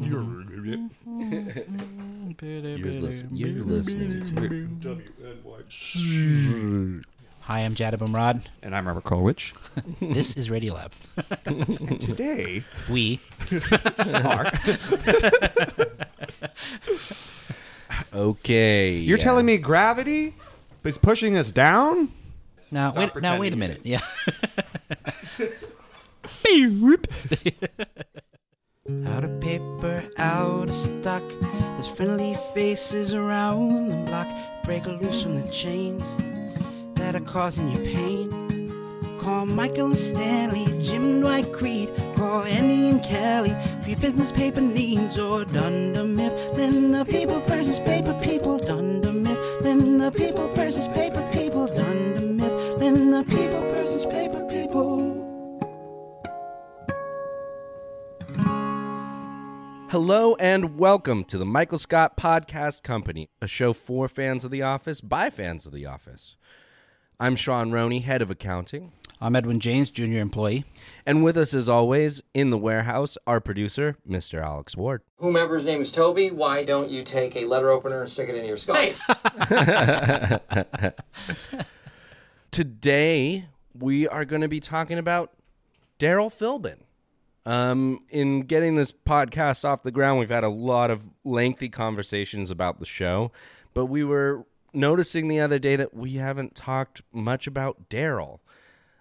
You're, listen- you're listening to Hi, I'm Jad Abumrad. And I'm Robert Colwich. This is Radiolab. Today, We are. okay. You're telling me gravity is pushing us down? Now, wait, now wait a minute. Yeah. out of paper, out of stock. There's friendly faces around the block. Break loose from the chains that are causing you pain. Call Michael and Stanley, Jim Dwight Creed. Call Andy and Kelly for your business paper needs or Dunder Mifflin. The people versus paper people. Dunder Mifflin. The people versus paper people. Dunder Mifflin. The people versus paper people. Hello and welcome to the Michael Scott Podcast Company, a show for fans of The Office by fans of The Office. I'm Sean Roney, head of accounting. I'm Edwin James, junior employee. And with us, as always, in the warehouse, our producer, Mr. Alex Ward. whomever's name is Toby, why don't you take a letter opener and stick it in your skull? Today, we are going to be talking about Daryl Philbin. Um, in getting this podcast off the ground, we've had a lot of lengthy conversations about the show, but we were noticing the other day that we haven't talked much about Daryl.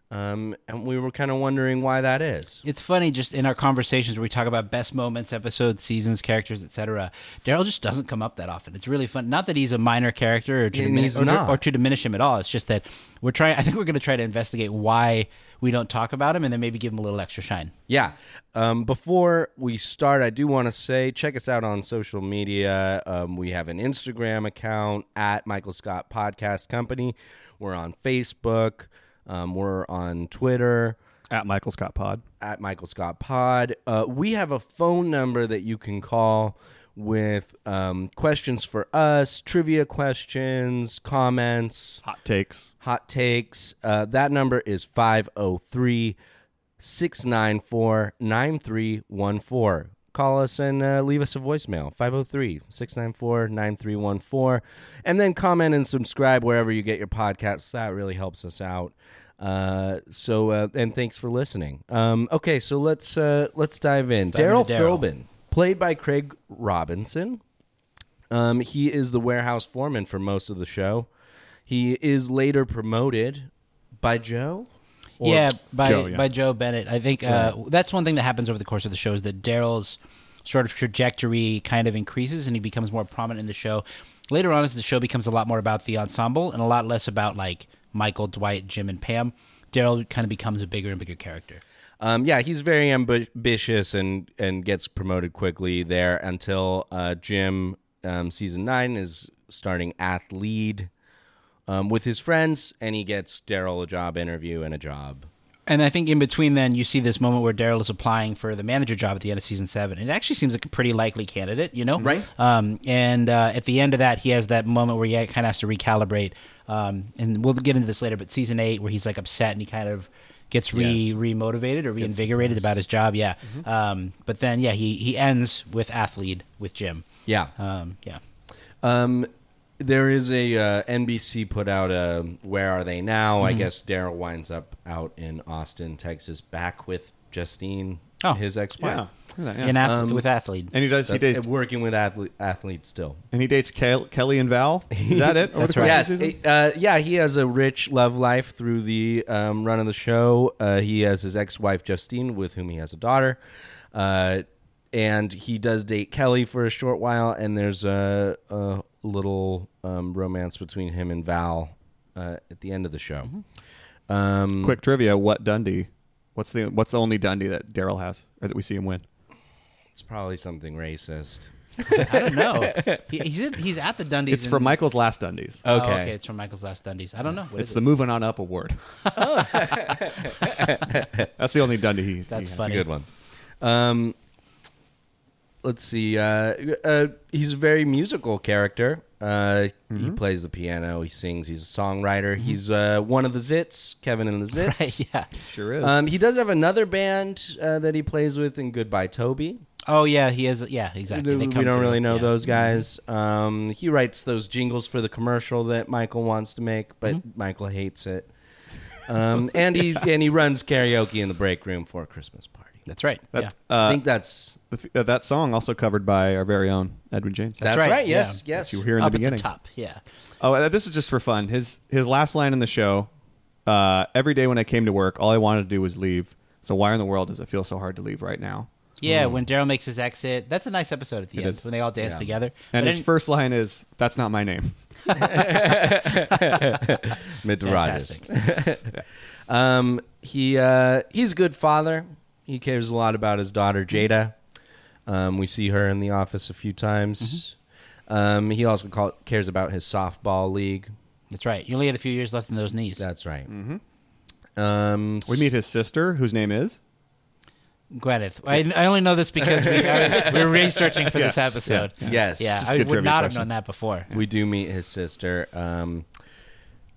Um, and we were kind of wondering why that is. It's funny, just in our conversations where we talk about best moments, episodes, seasons, characters, etc. Daryl just doesn't come up that often. It's really fun. Not that he's a minor character or to, And dimini- he's or, to- not. or to diminish him at all. It's just that we're trying. I think we're going to try to investigate why we don't talk about him, and then maybe give him a little extra shine. Yeah. Um, before we start, I do want to say check us out on social media. Um, we have an Instagram account at Michael Scott Podcast Company. We're on Facebook. Um, we're on Twitter at Michael Scott Pod. at Michael Scott Pod. Uh, we have a phone number that you can call with um, questions for us, trivia questions, comments Hot takes. hot takes. Uh, that number is 503 694 9314. Call us and uh, leave us a voicemail 503 694 9314. And then comment and subscribe wherever you get your podcasts. That really helps us out. Uh, so uh, and thanks for listening. Um, okay, so let's uh, let's dive in. Dive Daryl into Daryl. Philbin, played by Craig Robinson. Um, he is the warehouse foreman for most of the show. He is later promoted by Joe. Or- yeah, by Joe, yeah. by Joe Bennett. I think uh, that's one thing that happens over the course of the show is that Daryl's sort of trajectory kind of increases and he becomes more prominent in the show. Later on, as the show becomes a lot more about the ensemble and a lot less about like Michael, Dwight, Jim, and Pam, Daryl kind of becomes a bigger and bigger character. Um, yeah, he's very ambi- ambitious and and gets promoted quickly there until uh, Jim um, season nine is starting at lead um, with his friends, and he gets Daryl a job interview and a job. And I think in between then, you see this moment where Daryl is applying for the manager job at the end of season seven. It actually seems like a pretty likely candidate, you know? Right. Um, and uh, at the end of that, he has that moment where he kind of has to recalibrate. Um, and we'll get into this later, but season eight, where he's like upset and he kind of gets re Yes. remotivated or reinvigorated about his job. Yeah. Um, but then, yeah, he, he ends with athlete with Jim. Yeah, Um, yeah. Um, there is a uh, NBC put out a "Where Are They Now?" I guess Daryl winds up out in Austin, Texas, back with Justine, Oh. his ex-wife, In athlete, with athlete. Uh, And he does. He and dates. working with athlete, athletes still. And he dates Kel- Kelly and Val. Is that it? Over That's the course right. of the Yes, season? it- uh, yeah, he has a rich love life through the um, run of the show. Uh, he has his ex-wife Justine, with whom he has a daughter, uh, and he does date Kelly for a short while. And there's a, a little um, romance between him and Val uh, at the end of the show. Um, Quick trivia: What Dundee? What's the What's the only Dundee that Daryl has, or that we see him win? It's probably something racist. I don't know. He, he's in, he's at the Dundies. It's from in- Michael's Last Dundies. Oh, Okay. okay, it's from Michael's Last Dundies. I don't know. What it's is Oh. the it? Moving On Up award. That's the only Dundee he That's he has. funny. Good one. Um, let's see. Uh, uh, he's a very musical character. Uh, Mm-hmm. He plays the piano. He sings. He's a songwriter. He's uh, one of the Zits, Kevin and the Zits. Right, yeah. Sure is. Uh, Um, he does have another band uh, that he plays with in Goodbye Toby. Oh yeah, he is. Yeah, exactly. They we come don't through, really know yeah. Mm-hmm. those guys. Um, he writes those jingles for the commercial that Michael wants to make, but Mm-hmm. Michael hates it. Um, and he and he runs karaoke in the break room for a Christmas party. That's right. that, yeah. I uh, think that's the th- uh, that song also covered by our very own Edwin James. that's, right. right, Yes, yeah. yes. you were here in Up the at beginning. the top. Yeah. Oh, uh, this is just for fun. His his last line in the show. Uh, Every day when I came to work, all I wanted to do was leave. So why in the world does it feel so hard to leave right now? Yeah, when Daryl makes his exit, that's a nice episode at the Hmm. It end is. when they all dance Yeah. together. And But his in- first line is, "That's not my name." Mid to Rogers. fantastic. Um, he uh, he's a good father. He cares a lot about his daughter Jada. Um, we see her in the office a few times. Um, he also call, cares about his softball league. That's right. You only had a few years left in those knees. That's right. Mm-hmm. Um, We meet his sister, whose name is. Gwyneth. I, I only know this because we, I was, we were researching for this episode. Yeah, Yes. just a I good would trivia not have question. known that before. We do meet his sister. Um,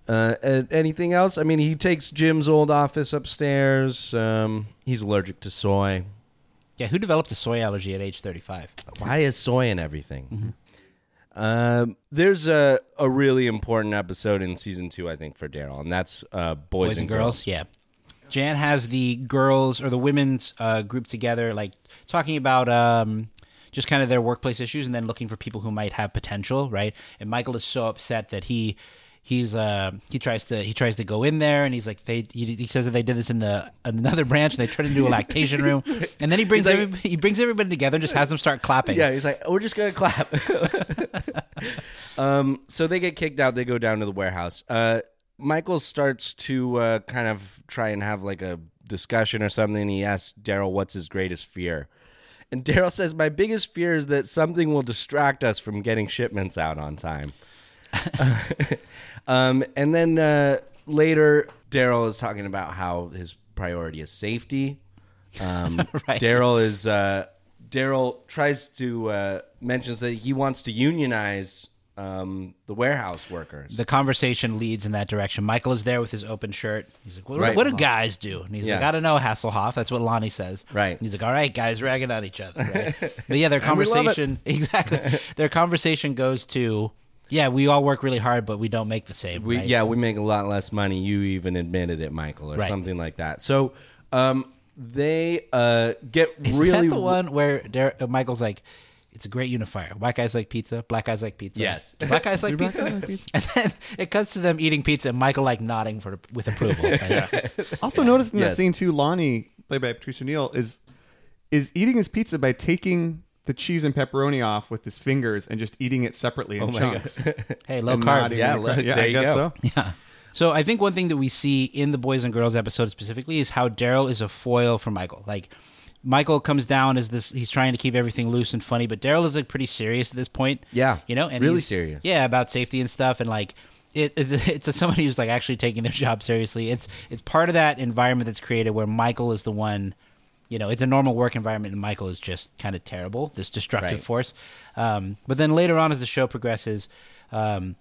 uh, a- anything else? I mean, he takes Jim's old office upstairs. Um, he's allergic to soy. Yeah, who developed a soy allergy at age 35? Why is soy in everything? Mm-hmm. Um, there's a, a really important episode in season two, I think, for Daryl, and that's uh, boys, Boys and girls, yeah. Jan has the girls or the women's uh, group together, like talking about um, just kind of their workplace issues, and then looking for people who might have potential, right? And Michael is so upset that he he's uh, he tries to he tries to go in there, and he's like they he, he says that they did this in the another branch, and they turned it into a lactation room, and then he brings He's like- everybody, he brings everybody together and just has them start clapping. Yeah, he's like, we're just gonna clap. um, so they get kicked out. They go down to the warehouse. Uh, Michael starts to uh, kind of try and have like a discussion or something. He asks Daryl, "What's his greatest fear?" And Daryl says, "My biggest fear is that something will distract us from getting shipments out on time." um, and then uh, later, Daryl is talking about how his priority is safety. Um, Right. Daryl is uh, Daryl tries to uh, mentions that he wants to unionize um, the warehouse workers. the conversation leads in that direction. Michael is there with his open shirt. He's like, "What, Right. what do guys do?" And he's like, Yeah. "I don't know, Hasselhoff." That's what Lonnie says. Right. And he's like, "All right, guys, ragging on each other." Right? but yeah, their we love it. conversation exactly. their conversation goes to, "Yeah, we all work really hard, but we don't make the same." we right? yeah we make a lot less money. You even admitted it, Michael, or Right. something like that. So um, they uh, get Is really that the one where Dar- uh, Michael's like, "It's a great unifier. White guys like pizza. Black guys like pizza. Yes. Do black guys like pizza." and then it cuts to them eating pizza, and Michael like nodding for with approval. right? Also, noticed in Yes. that scene too, Lonnie, played by Patrice O'Neill, is is eating his pizza by taking the cheese and pepperoni off with his fingers and just eating it separately in my chunks. Hey, low And carb. not even yeah, across- look, yeah, there I you guess go. so. So I think one thing that we see in the boys and girls episode specifically is how Daryl is a foil for Michael. Like Michael comes down as this he's trying to keep everything loose and funny, but Daryl is like pretty serious at this point. Yeah, You know, and really he's- serious. Yeah, about safety and stuff and like it, it's it's somebody who's like actually taking their job seriously. It's it's part of that environment that's created where Michael is the one you know, it's a normal work environment, and Michael is just kind of terrible, this destructive Right. force. Um, but then later on, as the show progresses, um,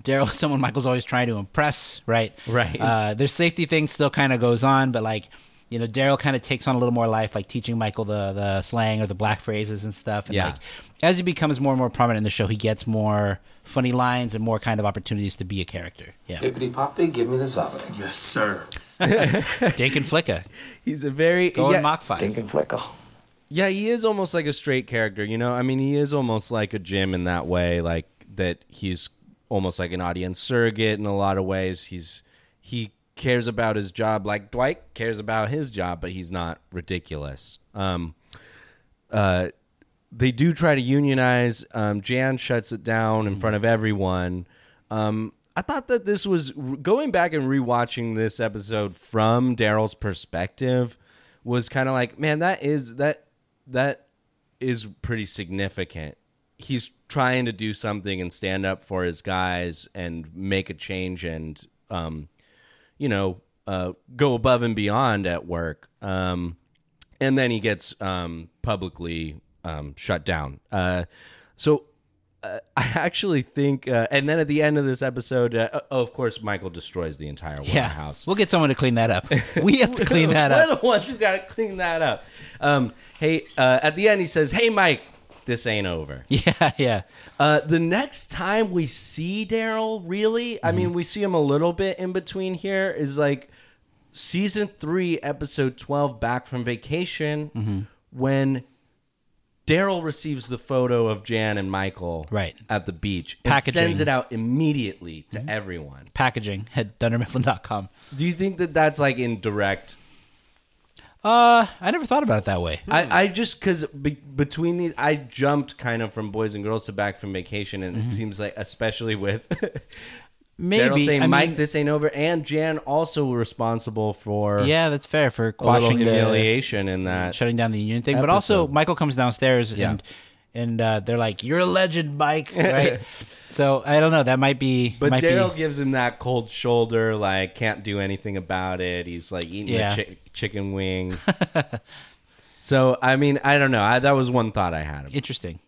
Daryl is someone Michael's always trying to impress, right? Right. Uh, their safety thing still kind of goes on, but like, you know, Daryl kind of takes on a little more life, like teaching Michael the, the slang or the black phrases and stuff. And Yeah. like, as he becomes more and more prominent in the show, he gets more funny lines and more kind of opportunities to be a character. Yeah. Bippity poppy, give me the Zabadink. Yes, sir. Dink and Flicka. He's a very Go yeah, and Mach 5. Dink and flickle. Yeah, he is almost like a straight character, you know? I mean, he is almost like a Jim in that way, like that he's almost like an audience surrogate in a lot of ways. He's he cares about his job like Dwight cares about his job, but he's not ridiculous. Um uh they do try to unionize. Um, Jan shuts it down in front of everyone. Um, I thought that this was going back and rewatching this episode from Daryl's perspective was kind of like, man, that is that that is pretty significant he's trying to do something and stand up for his guys and make a change and um, you know uh, go above and beyond at work um, and then he gets um, publicly um, shut down uh, so uh, i actually think uh, and then at the end of this episode uh, oh, of course michael destroys the entire yeah. warehouse We'll get someone to clean that up. We have to clean that we're up. the ones who got to clean that up. Um, hey, uh, at the end, he says, "Hey, Mike, this ain't over." Yeah, yeah. Uh, the next time we see Daryl, really, Mm-hmm. I mean, we see him a little bit in between here, is like season three, episode 12, Back from Vacation, Mm-hmm. when Daryl receives the photo of Jan and Michael Right. at the beach Packaging. Mm-hmm. and sends it out immediately to everyone. Packaging at dundermifflin.com. Do you think that that's like in direct Uh, I never thought about it that way. I, I just because be, between these, I jumped kind of from boys and girls to back from vacation, Mm-hmm. and it seems like, especially with Daryl Maybe. saying, I "Mike, mean, this ain't over," and Jan also responsible for yeah, that's fair for a little quashing the, humiliation in that. shutting down the union thing. But also, Episode. Michael comes downstairs Yeah. and and uh, they're like, "You're a legend, Mike." Right. so I don't know. That might be. But might be- Daryl gives him that cold shoulder, like can't do anything about it. He's like eating Yeah. the chi- chicken wing. so I mean, I don't know. I, that was one thought I had. interesting.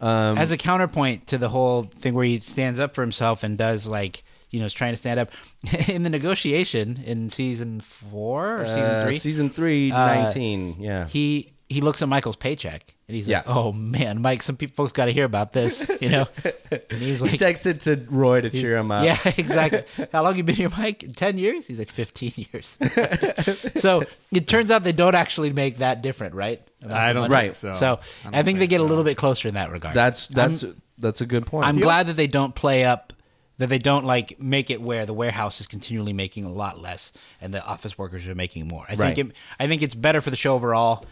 Um, As a counterpoint to the whole thing where he stands up for himself and does like you know is trying to stand up in the negotiation in season four or season Uh, three, season three, Uh, 19. Yeah, he he looks at Michael's paycheck and he's like, Yeah. "Oh man, Mike, some people, folks got to hear about this," you know. And he's like, he texts it to Roy to cheer him up. Yeah, exactly. How long you been here, Mike? Ten years? He's like fifteen years. so it turns out they don't actually make that different, right? I don't Right. think so. I, think, they get a little bit closer in that regard. That's that's that's a good point. I'm glad that they don't play up that they don't like make it where the warehouse is continually making a lot less and the office workers are making more. I Right. think it, I think it's better for the show overall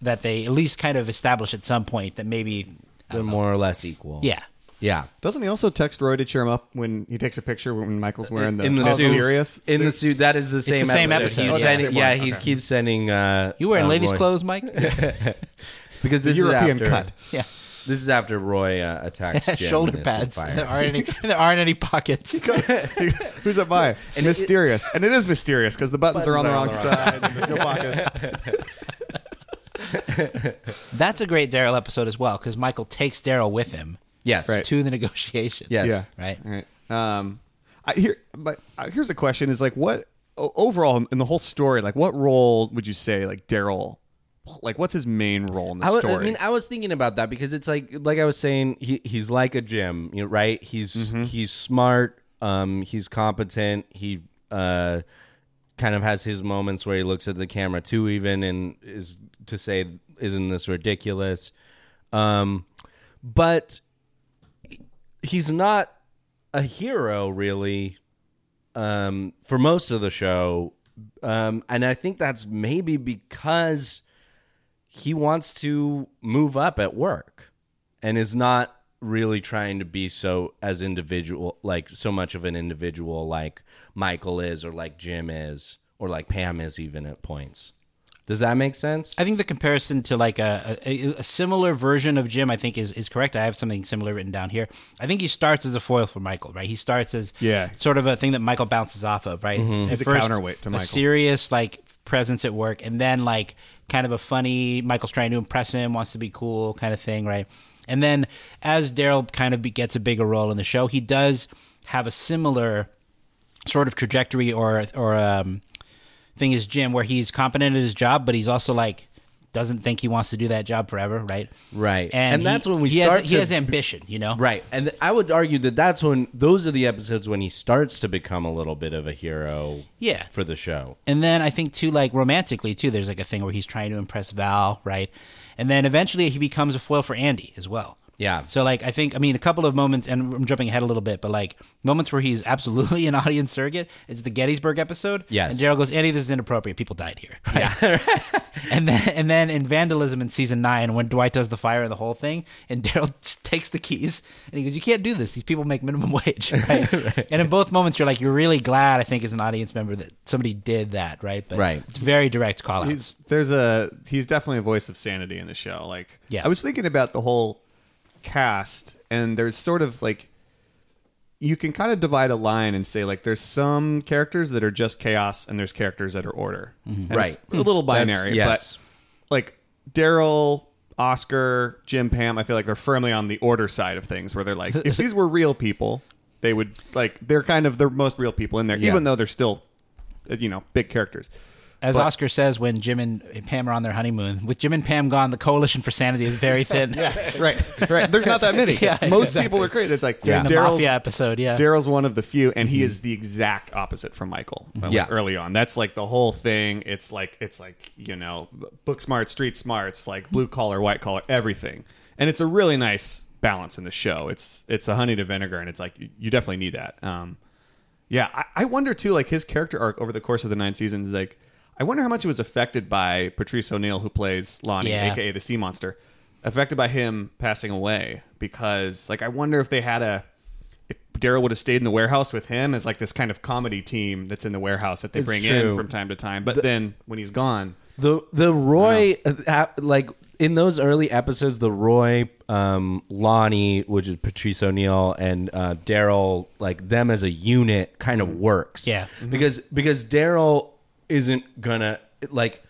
that they at least kind of establish at some point that maybe They're more or less equal. yeah. yeah. Doesn't he also text Roy to cheer him up when he takes a picture when Michael's wearing the, in the Oh, suit, serious in the suit? suit. That is the same. the same episode. He's Oh, that's sending- the same yeah, one. he Okay. keeps sending. Uh, You wearing uh, ladies' Roy- clothes, Mike? because this European is after, cut. yeah. This is after Roy uh, attacks Jim shoulder and is pads. fired. There aren't any. There aren't any pockets. Who's that by? mysterious. and it is mysterious because the buttons, are on the wrong side. and there's no pockets. That's a great Daryl episode as well because Michael takes Daryl with him Yes. Right. to the negotiation. Yes. Yeah. Right. All right. Um, I here, but uh, here's a question: Is like what o- overall in the whole story? Like, what role would you say like Daryl? Like, what's his main role in the I wa- story? I mean, I was thinking about that because it's like, like I was saying, he, he's like a Jim, you know, right? He's Mm-hmm. he's smart, um, he's competent, he uh, kind of has his moments where he looks at the camera too, even and is to say, isn't this ridiculous? Um, but he's not a hero really um, for most of the show, um, and I think that's maybe because he wants to move up at work and is not really trying to be so as individual like so much of an individual like Michael is or like Jim is or like Pam is even at points. Does that make sense? I think the comparison to like a, a, a similar version of Jim, I think, is, is correct. I have something similar written down here. I think he starts as a foil for Michael, right? He starts as Yeah. Mm-hmm. sort of a thing that Michael bounces off of, right? At He's a counterweight a to Michael. serious like presence at work, and then like kind of a funny Michael's trying to impress him, wants to be cool kind of thing, right? And then as Daryl kind of be, gets a bigger role in the show, he does have a similar sort of trajectory or or um, thing is Jim, where he's competent at his job, but he's also like doesn't think he wants to do that job forever, right? Right. and, And he- that's when we he start Has, to- he has ambition, you know. Right. And th- I would argue that that's when those are the episodes when he starts to become a little bit of a hero Yeah. for the show. And then I think too, like romantically too, there's like a thing where he's trying to impress Val, right? And then eventually he becomes a foil for Andy as well. Yeah. So like I think I mean a couple of moments, and I'm jumping ahead a little bit, but like moments where he's absolutely an audience surrogate. It's the Gettysburg episode. Yes. And Daryl goes, Andy, this is inappropriate. People died here. Yeah. and then and then in vandalism in season nine, when Dwight does the fire and the whole thing, and Daryl just takes the keys and he goes, You can't do this. These people make minimum wage. Right. And in both moments you're like, you're really glad, I think, as an audience member that somebody did that, right? But Right. it's very direct call outs. he's there's a he's definitely a voice of sanity in the show. Like, Yeah. I was thinking about the whole cast, and there's sort of like you can kind of divide a line and say like there's some characters that are just chaos, and there's characters that are order. And Mm-hmm. Right. Mm-hmm. it's a little binary, yes. but like Daryl. Oscar, Jim, Pam, I feel like they're firmly on the order side of things where they're like, if these were real people, they would like, they're kind of the most real people in there, Yeah. even though they're still, uh, you know, big characters. As But- Oscar says, when Jim and Pam are on their honeymoon, with Jim and Pam gone, the coalition for sanity is very thin. yeah, right, right. There's not that many. Yeah, Most exactly. people are crazy. It's like Yeah. the Daryl's mafia Mm-hmm. episode. Yeah, Daryl's one of the few, and he is the exact opposite from Michael. uh, like, Yeah. early on, that's like the whole thing. It's like it's like you know, book smart, street smarts, like blue collar, white collar, everything. And it's a really nice balance in the show. It's it's a honey to vinegar, and it's like you, you definitely need that. Um, yeah, I, I wonder too. Like his character arc over the course of the nine seasons, like I wonder how much it was affected by Patrice O'Neill, who plays Lonnie, Yeah. aka the Sea Monster, affected by him passing away. Because like I wonder if they had a if Daryl would have stayed in the warehouse with him as like this kind of comedy team that's in the warehouse that they It's bring true. in from time to time. But then when he's gone, The the Roy uh, ha- like in those early episodes, the Roy um, Lonnie, which is Patrice O'Neill and uh, Daryl, like them as a unit, kind of works. Yeah. because because Daryl isn't gonna like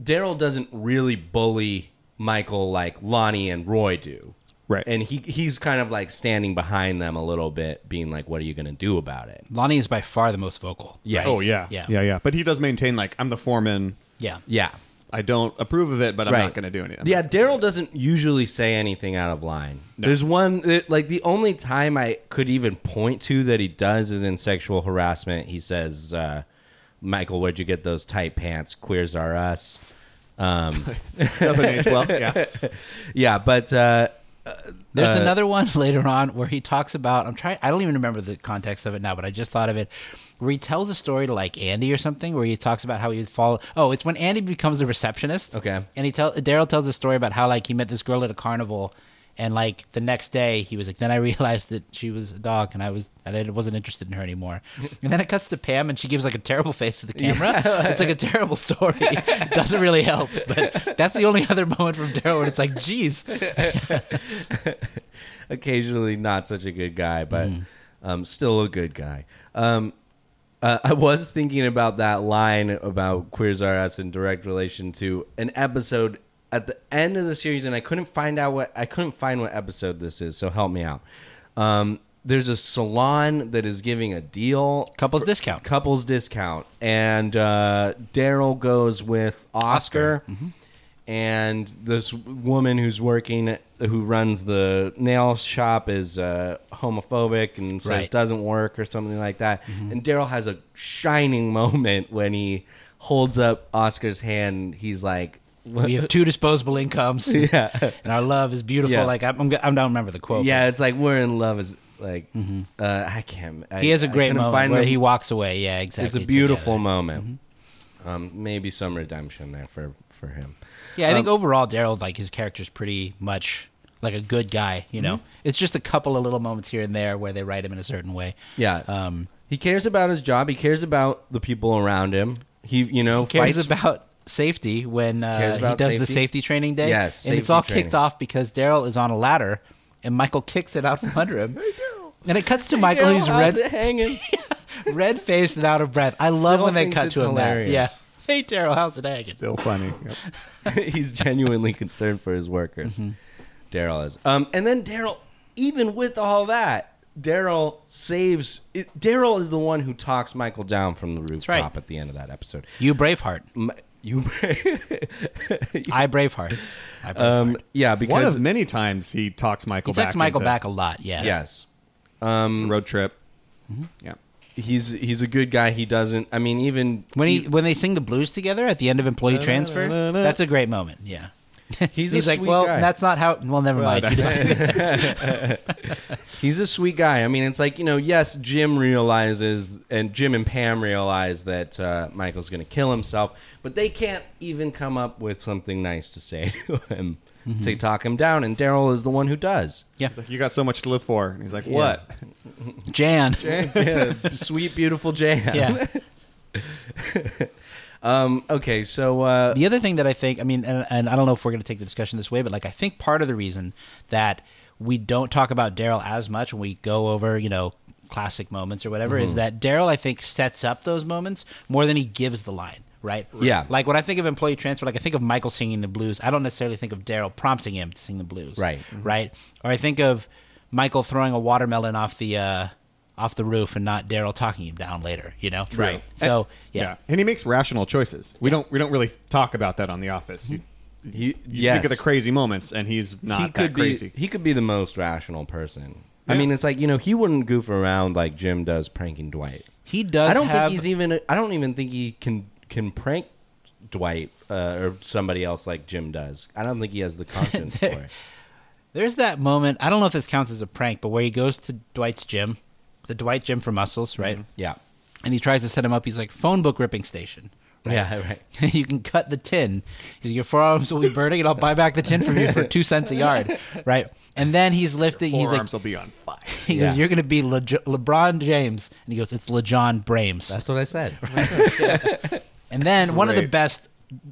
Daryl doesn't really bully Michael like Lonnie and Roy do. Right. and he he's kind of like standing behind them a little bit, being like, "What are you gonna do about it?" Lonnie is by far the most vocal. Yes. oh yeah, Yeah. yeah, yeah. But he does maintain like I'm the foreman. yeah, yeah. I don't approve of it, but I'm not going to do anything. Yeah, Daryl doesn't usually say anything out of line. There's one that- like the only time I could even point to that he does is in sexual harassment. He says, uh, "Michael, where'd you get those tight pants? Queers are us." Um, doesn't age well. Yeah, Yeah, but uh, There's another one later on where he talks about I'm trying I don't even remember the context of it now, but I just thought of it. Where he tells a story to like Andy or something, where he talks about how he would fall. Oh, it's when Andy becomes a receptionist. Okay. and he tell Daryl tells a story about how like he met this girl at a carnival, and like the next day he was like, then I realized that she was a dog, and I was and I wasn't interested in her anymore. and then it cuts to Pam, and she gives like a terrible face to the camera. it's like a terrible story. it doesn't really help, but that's the only other moment from Daryl where it's like, geez, occasionally not such a good guy, but Mm. um, still a good guy. Um, uh, I was thinking about that line about queers are us in direct relation to an episode at the end of the series, and I couldn't find out what I couldn't find what episode this is. So help me out. Um, there's a salon that is giving a deal, couples discount. couples discount, and uh, Daryl goes with Oscar, and this woman who's working who runs the nail shop is uh, homophobic and says Right. Mm-hmm. doesn't work or something like that. And Daryl has a shining moment when he holds up Oscar's hand. He's like, we have two disposable incomes. Yeah. And our love is beautiful. Yeah. Like, I'm, I'm, I don't remember the quote. "Yeah, it's like we're in love." Is like, uh, I can't. I, But Mm-hmm. he has a I great couldn't moment find where the- he walks away. Yeah, exactly. It's a beautiful moment. Mm-hmm. Um, maybe some redemption there for for him. Yeah, I think um, overall, Daryl, like, his character's pretty much like a good guy, you Mm-hmm. know? It's just a couple of little moments here and there where they write him in a certain way. Yeah. Um, he cares about his job. He cares about the people around him. He, you know, cares fights- about safety when uh, Cares he about does the safety? safety training day. Yes, and it's safety all training. kicked off because Daryl is on a ladder and Michael kicks it out from under him. and it cuts to Michael, Daryl who's has red, it hanging. red faced and out of breath. I love Still when they thinks cut it's to him that. hilarious. Yeah. Hey Daryl, how's it hanging? still funny. Yep. He's genuinely concerned for his workers. Mm-hmm. Daryl is. Um, and then Daryl, even with all that, Daryl saves. it- Daryl is the one who talks Michael down from the rooftop right. at the end of that episode. You Braveheart. M- You, I Braveheart. I Braveheart. um, yeah, One because of many times he talks Michael he texts back. Michael into back a lot. Yeah. yes, the road trip. Yeah. he's he's a good guy. He doesn't. I mean, even When he when they sing the blues together at the end of employee transfer, that's a great moment. Yeah. he's, He's a like, sweet well, guy. that's not how. Well, never mind. You just- He's a sweet guy. I mean, it's like, you know, yes, Jim realizes and Jim and Pam realize that uh, Michael's going to kill himself, but they can't even come up with something nice to say to him Mm-hmm. to talk him down. And Daryl is the one who does. yeah. He's like, you got so much to live for. And he's like, what? Jan. Yeah, sweet, beautiful Jan. Yeah. Um, okay, so uh, The other thing that I think, I mean, and, and I don't know if we're going to take the discussion this way, but like I think part of the reason that we don't talk about Daryl as much when we go over, you know, classic moments or whatever, Mm-hmm. is that Daryl I think sets up those moments more than he gives the line. Right. Yeah. Like when I think of employee transfer, like I think of Michael singing the blues. I don't necessarily think of Daryl prompting him to sing the blues. Mm-hmm. Right. Right. Or I think of Michael throwing a watermelon off the uh, off the roof and not Daryl talking him down later. You know. Right. Eh, So yeah. and he makes rational choices. We don't we don't really talk about that on The Office. You, He, you Mm-hmm. yes. think of the crazy moments, and he's not he that could crazy. be he could be the most rational person. I Yeah. mean, it's like you know he wouldn't goof around like Jim does pranking Dwight. He does. I don't have- think he's even. I don't even think he can can prank Dwight uh, or somebody else like Jim does. I don't think he has the conscience for it. There's that moment. I don't know if this counts as a prank, but where he goes to Dwight's gym, the Dwight gym for muscles, right? Yeah, And he tries to set him up. He's like, phone book ripping station. yeah, right. you can cut the tin. He's, Your forearms will be burning, and I'll buy back the tin from you for two cents a yard, right? And then he's lifting. He's like, Forearms will be on fire. he Yeah. goes, "You're going to be Le- LeBron James," and he goes, "It's LeJon Brames." That's what I said. And then one of the Great. best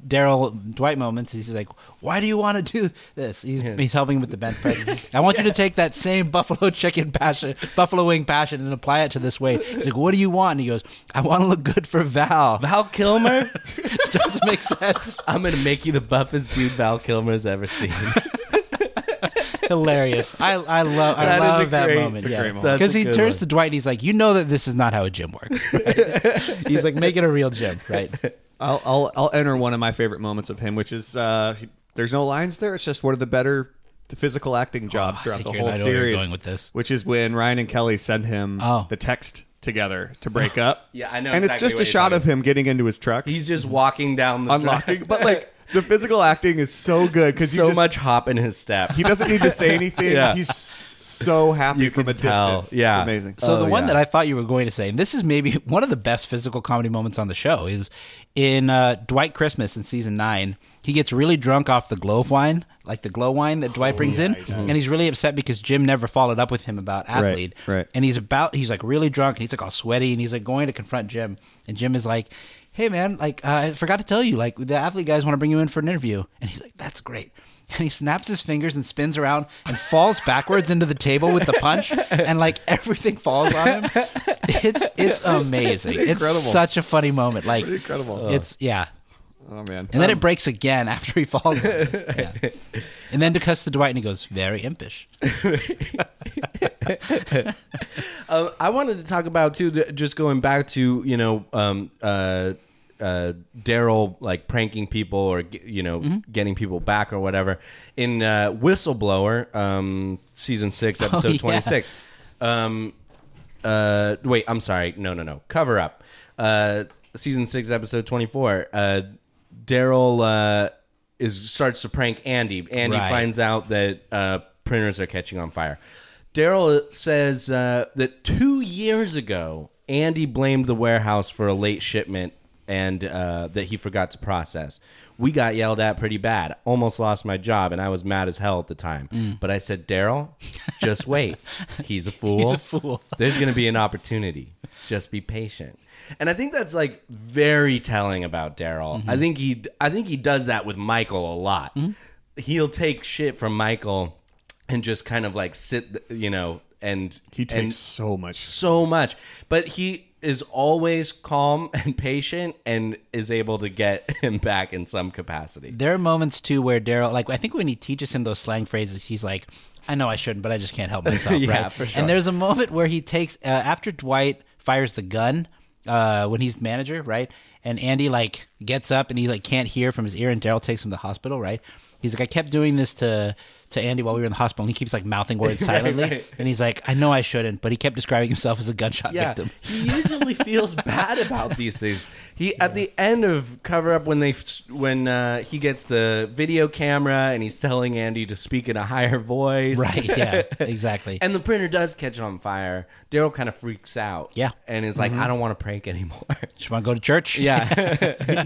Daryl Dwight moments is he's like, "Why do you want to do this?" He's, he's helping him with the bench press. I want you to take that same buffalo chicken passion, buffalo wing passion, and apply it to this weight. He's like, "What do you want?" And he goes, "I want to look good for Val." Val Kilmer. It doesn't make sense. I'm gonna make you the buffest dude Val Kilmer's ever seen. Hilarious. I I love I That is a love that great- moment. it's a yeah. great moment. That's Because a he good turns one. to Dwight and he's like, You know that this is not how a gym works. right? he's like, Make it a real gym, right? I'll, I'll I'll enter one of my favorite moments of him, which is uh, he- there's no lines there. It's just one of the better physical Oh, acting jobs I throughout think you the whole and I know where you're series. going with this. which is when Ryan and Kelly send him Oh. the text together to break up. Yeah, I know And exactly it's just what a you're shot talking of him getting into his truck, He's just walking down the unlocking. but like the physical acting is so good because so just, much hop in his step. He doesn't need to say anything. Yeah. He's s- so happy You from can a tell. distance. Yeah. it's amazing. So the Oh, one yeah. that I thought you were going to say, and this is maybe one of the best physical comedy moments on the show, is in uh, Dwight Christmas in season nine. He gets really drunk off the glow wine, like the glow wine that Dwight brings in, and he's really upset because Jim never followed up with him about athlete. right. And he's about, he's like really drunk, and he's like all sweaty, and he's like going to confront Jim, and Jim is like. Hey man, like uh, I forgot to tell you, like the athlete guys want to bring you in for an interview, and he's like, "That's great," and he snaps his fingers and spins around and falls backwards into the table with the punch, and like everything falls on him. It's it's amazing. Incredible. It's such a funny moment. Like incredible. It's yeah. oh man. And then it breaks again after he falls. on him. Yeah. And then to cuss to Dwight and he goes, very impish. Um, I wanted to talk about too, th- just going back to you know, um, uh, uh, Daryl like pranking people or ge- you know Mm-hmm. getting people back or whatever in uh, Whistleblower um, season six episode Oh, yeah. twenty six. Um, uh, wait, I'm sorry, no, no, no, cover up. Uh, season six episode twenty four. Uh, Daryl uh, is starts to prank Andy. Andy Right. finds finds out that uh, printers are catching on fire. Daryl says uh, that two years ago, Andy blamed the warehouse for a late shipment and uh, that he forgot to process. We got yelled at pretty bad. Almost lost my job, and I was mad as hell at the time. But I said, Daryl, just wait. Mm. He's a fool. He's a fool. There's going to be an opportunity. Just be patient. And I think that's like very telling about Daryl. I think he I think he does that with Michael a lot. He'll take shit from Michael and just kind of like sit you know and he takes and so much. so much, but he is always calm and patient and is able to get him back in some capacity. There are moments too where Daryl, like I think when he teaches him those slang phrases, he's like, "I know I shouldn't, but I just can't help myself." Yeah, right? for sure. And there's a moment where he takes uh, after Dwight fires the gun uh, when he's manager, right? And Andy like gets up and he like can't hear from his ear, and Daryl takes him to the hospital, right? He's like, "I kept doing this to." To Andy while we were in the hospital, and he keeps like mouthing words silently. right. And he's like, "I know I shouldn't," but he kept describing himself as a gunshot yeah, victim. he usually feels bad about these things. He at the end of cover up when they when uh, he gets the video camera and he's telling Andy to speak in a higher voice, Right? Yeah, exactly. And the printer does catch on fire. Daryl kind of freaks out, Yeah. Mm-hmm. and is like, "I don't want to prank anymore." Just want to go to church. yeah,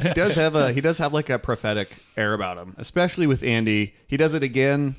he does have a he does have like a prophetic air about him, especially with Andy. He does it again.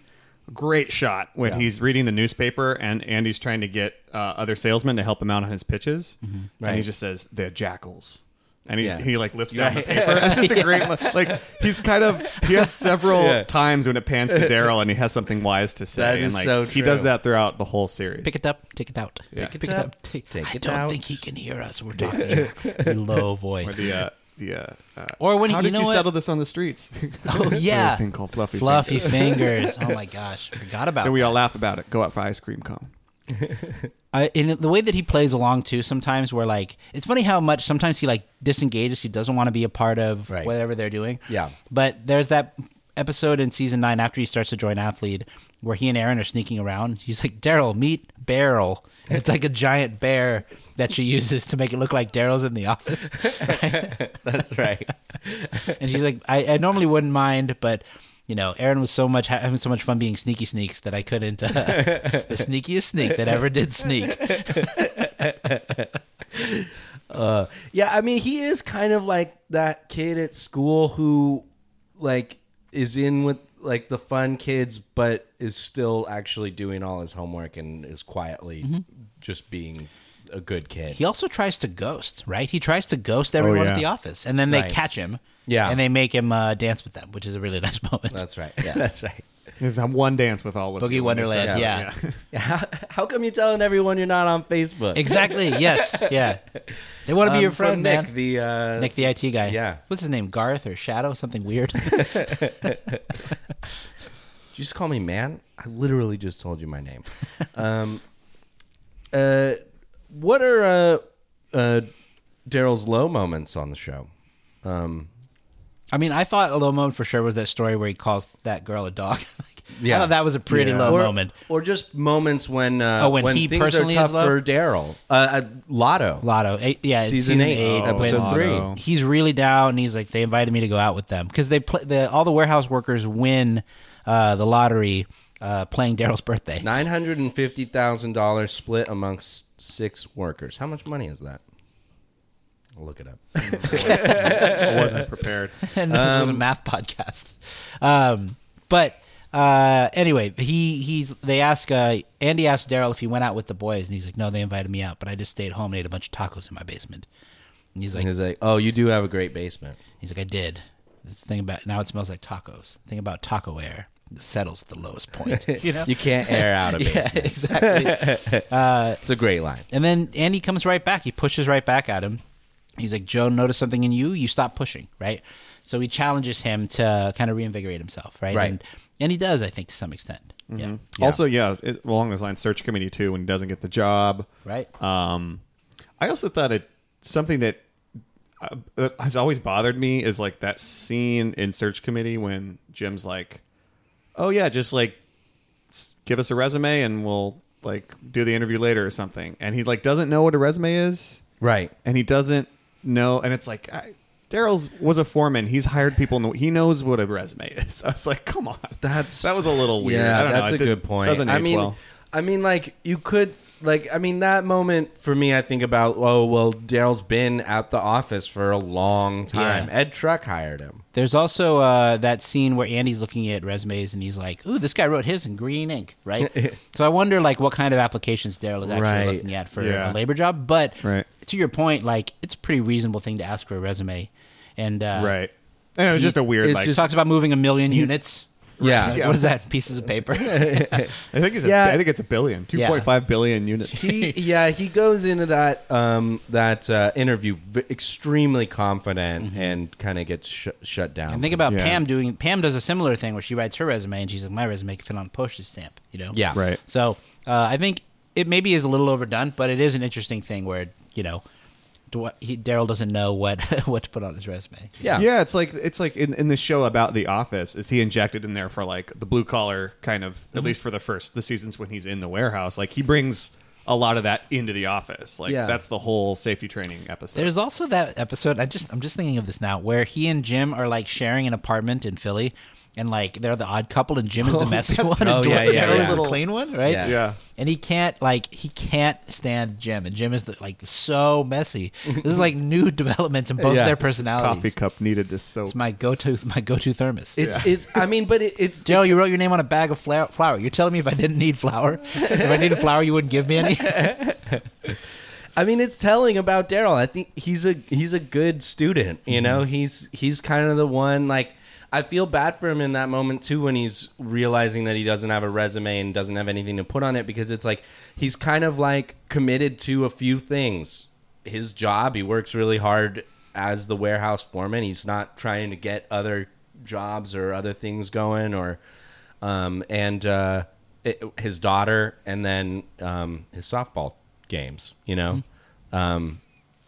Great shot when he's reading the newspaper and Andy's Mm-hmm. trying to get uh, other salesmen to help him out on his pitches, and he Right. just says they're jackals. and he's, Yeah. he like lifts down the paper. It's just a great mo- like he's kind of he has several Yeah. times when it pans to Daryl and he has something wise to say. That and is like so he does true. that throughout the whole series. Pick it up, take it out. Yeah. Pick, Pick it it up, up, take, take I it don't out. think he can hear us. We're talking Jack. low voice. Or the uh, the uh, uh, Or when he- how you did know you what? settle this on the streets? oh yeah, thing called fluffy fluffy fingers. oh my gosh, forgot about. then we that. all laugh about it. Go out for ice cream cone. I, and the way that he plays along too sometimes where like it's funny how much sometimes he like disengages he doesn't want to be a part of Right. whatever they're doing Yeah. but there's that episode in season 9 after he starts to join athlete where he and aaron are sneaking around he's like daryl meet barrel and it's like a giant bear that she uses to make it look like daryl's in the office That's right. and she's like i, I normally wouldn't mind but you know, Aaron was so much having so much fun being sneaky sneaks that I couldn't. Uh, the sneakiest sneak that ever did sneak. Yeah, I mean, he is kind of like that kid at school who, like, is in with like the fun kids, but is still actually doing all his homework and is quietly Mm-hmm. just being a good kid. He also tries to ghost, right? He tries to ghost everyone yeah. at the office, and then they Right. catch him. Yeah. and they make him uh, dance with them, which is a really nice moment. That's right. Yeah, that's right. There's that one dance with all of Boogie you when you're Wonderland, done. yeah. Yeah, How, how come you're telling everyone you're not on Facebook? exactly. Yes. Yeah. They want to be Um, your from friend, Nick, man. the uh, Nick, the IT guy. Yeah. What's his name? Garth or Shadow? Something weird. Did you just call me man? I literally just told you my name. um, uh, what are uh, uh, Daryl's low moments on the show? I mean, I thought a low moment for sure was that story where he calls that girl a dog. like, Yeah. I thought that was a pretty Yeah. low or, moment. or just moments when uh, Oh, when he things personally are tough is low? for Daryl. Uh, uh, Lotto, Lotto. Eight, yeah. it's season, eight, when- episode Lotto. three. he's really down and he's like they invited me to go out with them because they play the all the warehouse workers win uh, the lottery uh, playing daryl's birthday Nine hundred and fifty thousand dollars split amongst six workers. How much money is that? I'll look it up. I wasn't prepared. and this was a math podcast um, but uh, anyway he he's they ask uh, andy asked daryl if he went out with the boys and he's like no they invited me out but i just stayed home and ate a bunch of tacos in my basement and he's like And he's like, "Oh, you do have a great basement." he's like i did this thing about now it smells like tacos thing about taco air settles at the lowest point you know You can't air out a yeah basement. exactly It's a great line. And then Andy comes right back. He pushes right back at him. He's like, Joe noticed something in you. You stop pushing, right? So he challenges him to kind of reinvigorate himself, right? Right. Mm-hmm. And, and he does, I think, to some extent. Yeah. Also, yeah, it, along those lines, search committee too. When he doesn't get the job, Right. Um, I also thought it something that uh, that has always bothered me is like that scene in search committee when Jim's like, "Oh yeah, just like s- give us a resume and we'll like do the interview later or something," and he like doesn't know what a resume is, Right. and he doesn't know, and it's like. I, Daryl's was a foreman. He's hired people. In the, he knows what a resume is. I was like, come on, That's that was a little weird. Yeah, I don't know. that's It a did- good point. Doesn't I age mean, well. I mean, like you could, like I mean, that moment for me, I think about, oh well, Daryl's been at the office for a long time. Yeah. Ed Truck hired him. There's also uh, that scene where Andy's looking at resumes and he's like, ooh, this guy wrote his in green ink, right? so I wonder, like, what kind of applications Daryl is actually Right. looking at for a Yeah. labor job. But Right. to your point, like, it's a pretty reasonable thing to ask for a resume. And uh, Right. And it was just a weird it's like. Just talks about moving a million units. Yeah. Like, yeah. What is that? Pieces of paper. I think it's Yeah. a, I think it's a billion. Two Yeah. point five billion units. He, yeah, he goes into that um, that uh, interview v- extremely confident Mm-hmm. and kind of gets sh- shut down. And think about Yeah. Pam doing. Pam does a similar thing where she writes her resume and she's like, "My resume can fit on a postage stamp," you know. Yeah. Right. So uh, I think it maybe is a little overdone, but it is an interesting thing where you know, Dw- he- Daryl doesn't know what what to put on his resume. yeah, Yeah, it's like it's like in, in the show about the office, is he injected in there for like the blue collar kind of Mm-hmm. at least for the first the seasons when he's in the warehouse, like he brings a lot of that into the office. Like Yeah. that's the whole safety training episode. There's also that episode. I just I'm just thinking of this now, where he and Jim are like sharing an apartment in Philly, and like they're the odd couple, and Jim is the messy one, and oh, Daryl yeah, is yeah, yeah. the clean one, right? Yeah. yeah. and he can't like he can't stand Jim, and Jim is like so messy. This is like new developments in both Yeah. their His personalities. coffee cup needed this soap. It's my go-to my go-to thermos. It's it's. I mean, but it, it's Daryl, you wrote your name on a bag of flour. flour. You're telling me if I didn't need flour, if I needed flour, you wouldn't give me any. I mean, it's telling about Daryl. I think he's a he's a good student. You know, he's he's kind of the one. Like, I feel bad for him in that moment too when he's realizing that he doesn't have a resume and doesn't have anything to put on it because it's like he's kind of like committed to a few things. His job, he works really hard as the warehouse foreman. He's not trying to get other jobs or other things going or um and uh it, his daughter and then um his softball games, you know. Mm-hmm. Um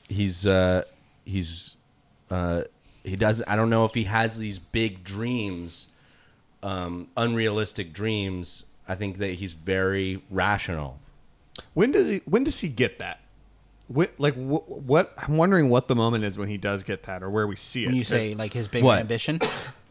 he's uh he's uh he does I don't know if he has these big dreams um unrealistic dreams. I think that he's very rational. When does he? When does he get that? When, like wh- what? I'm wondering what the moment is when he does get that, or where we see it. When you 'Cause- say like his big What? ambition,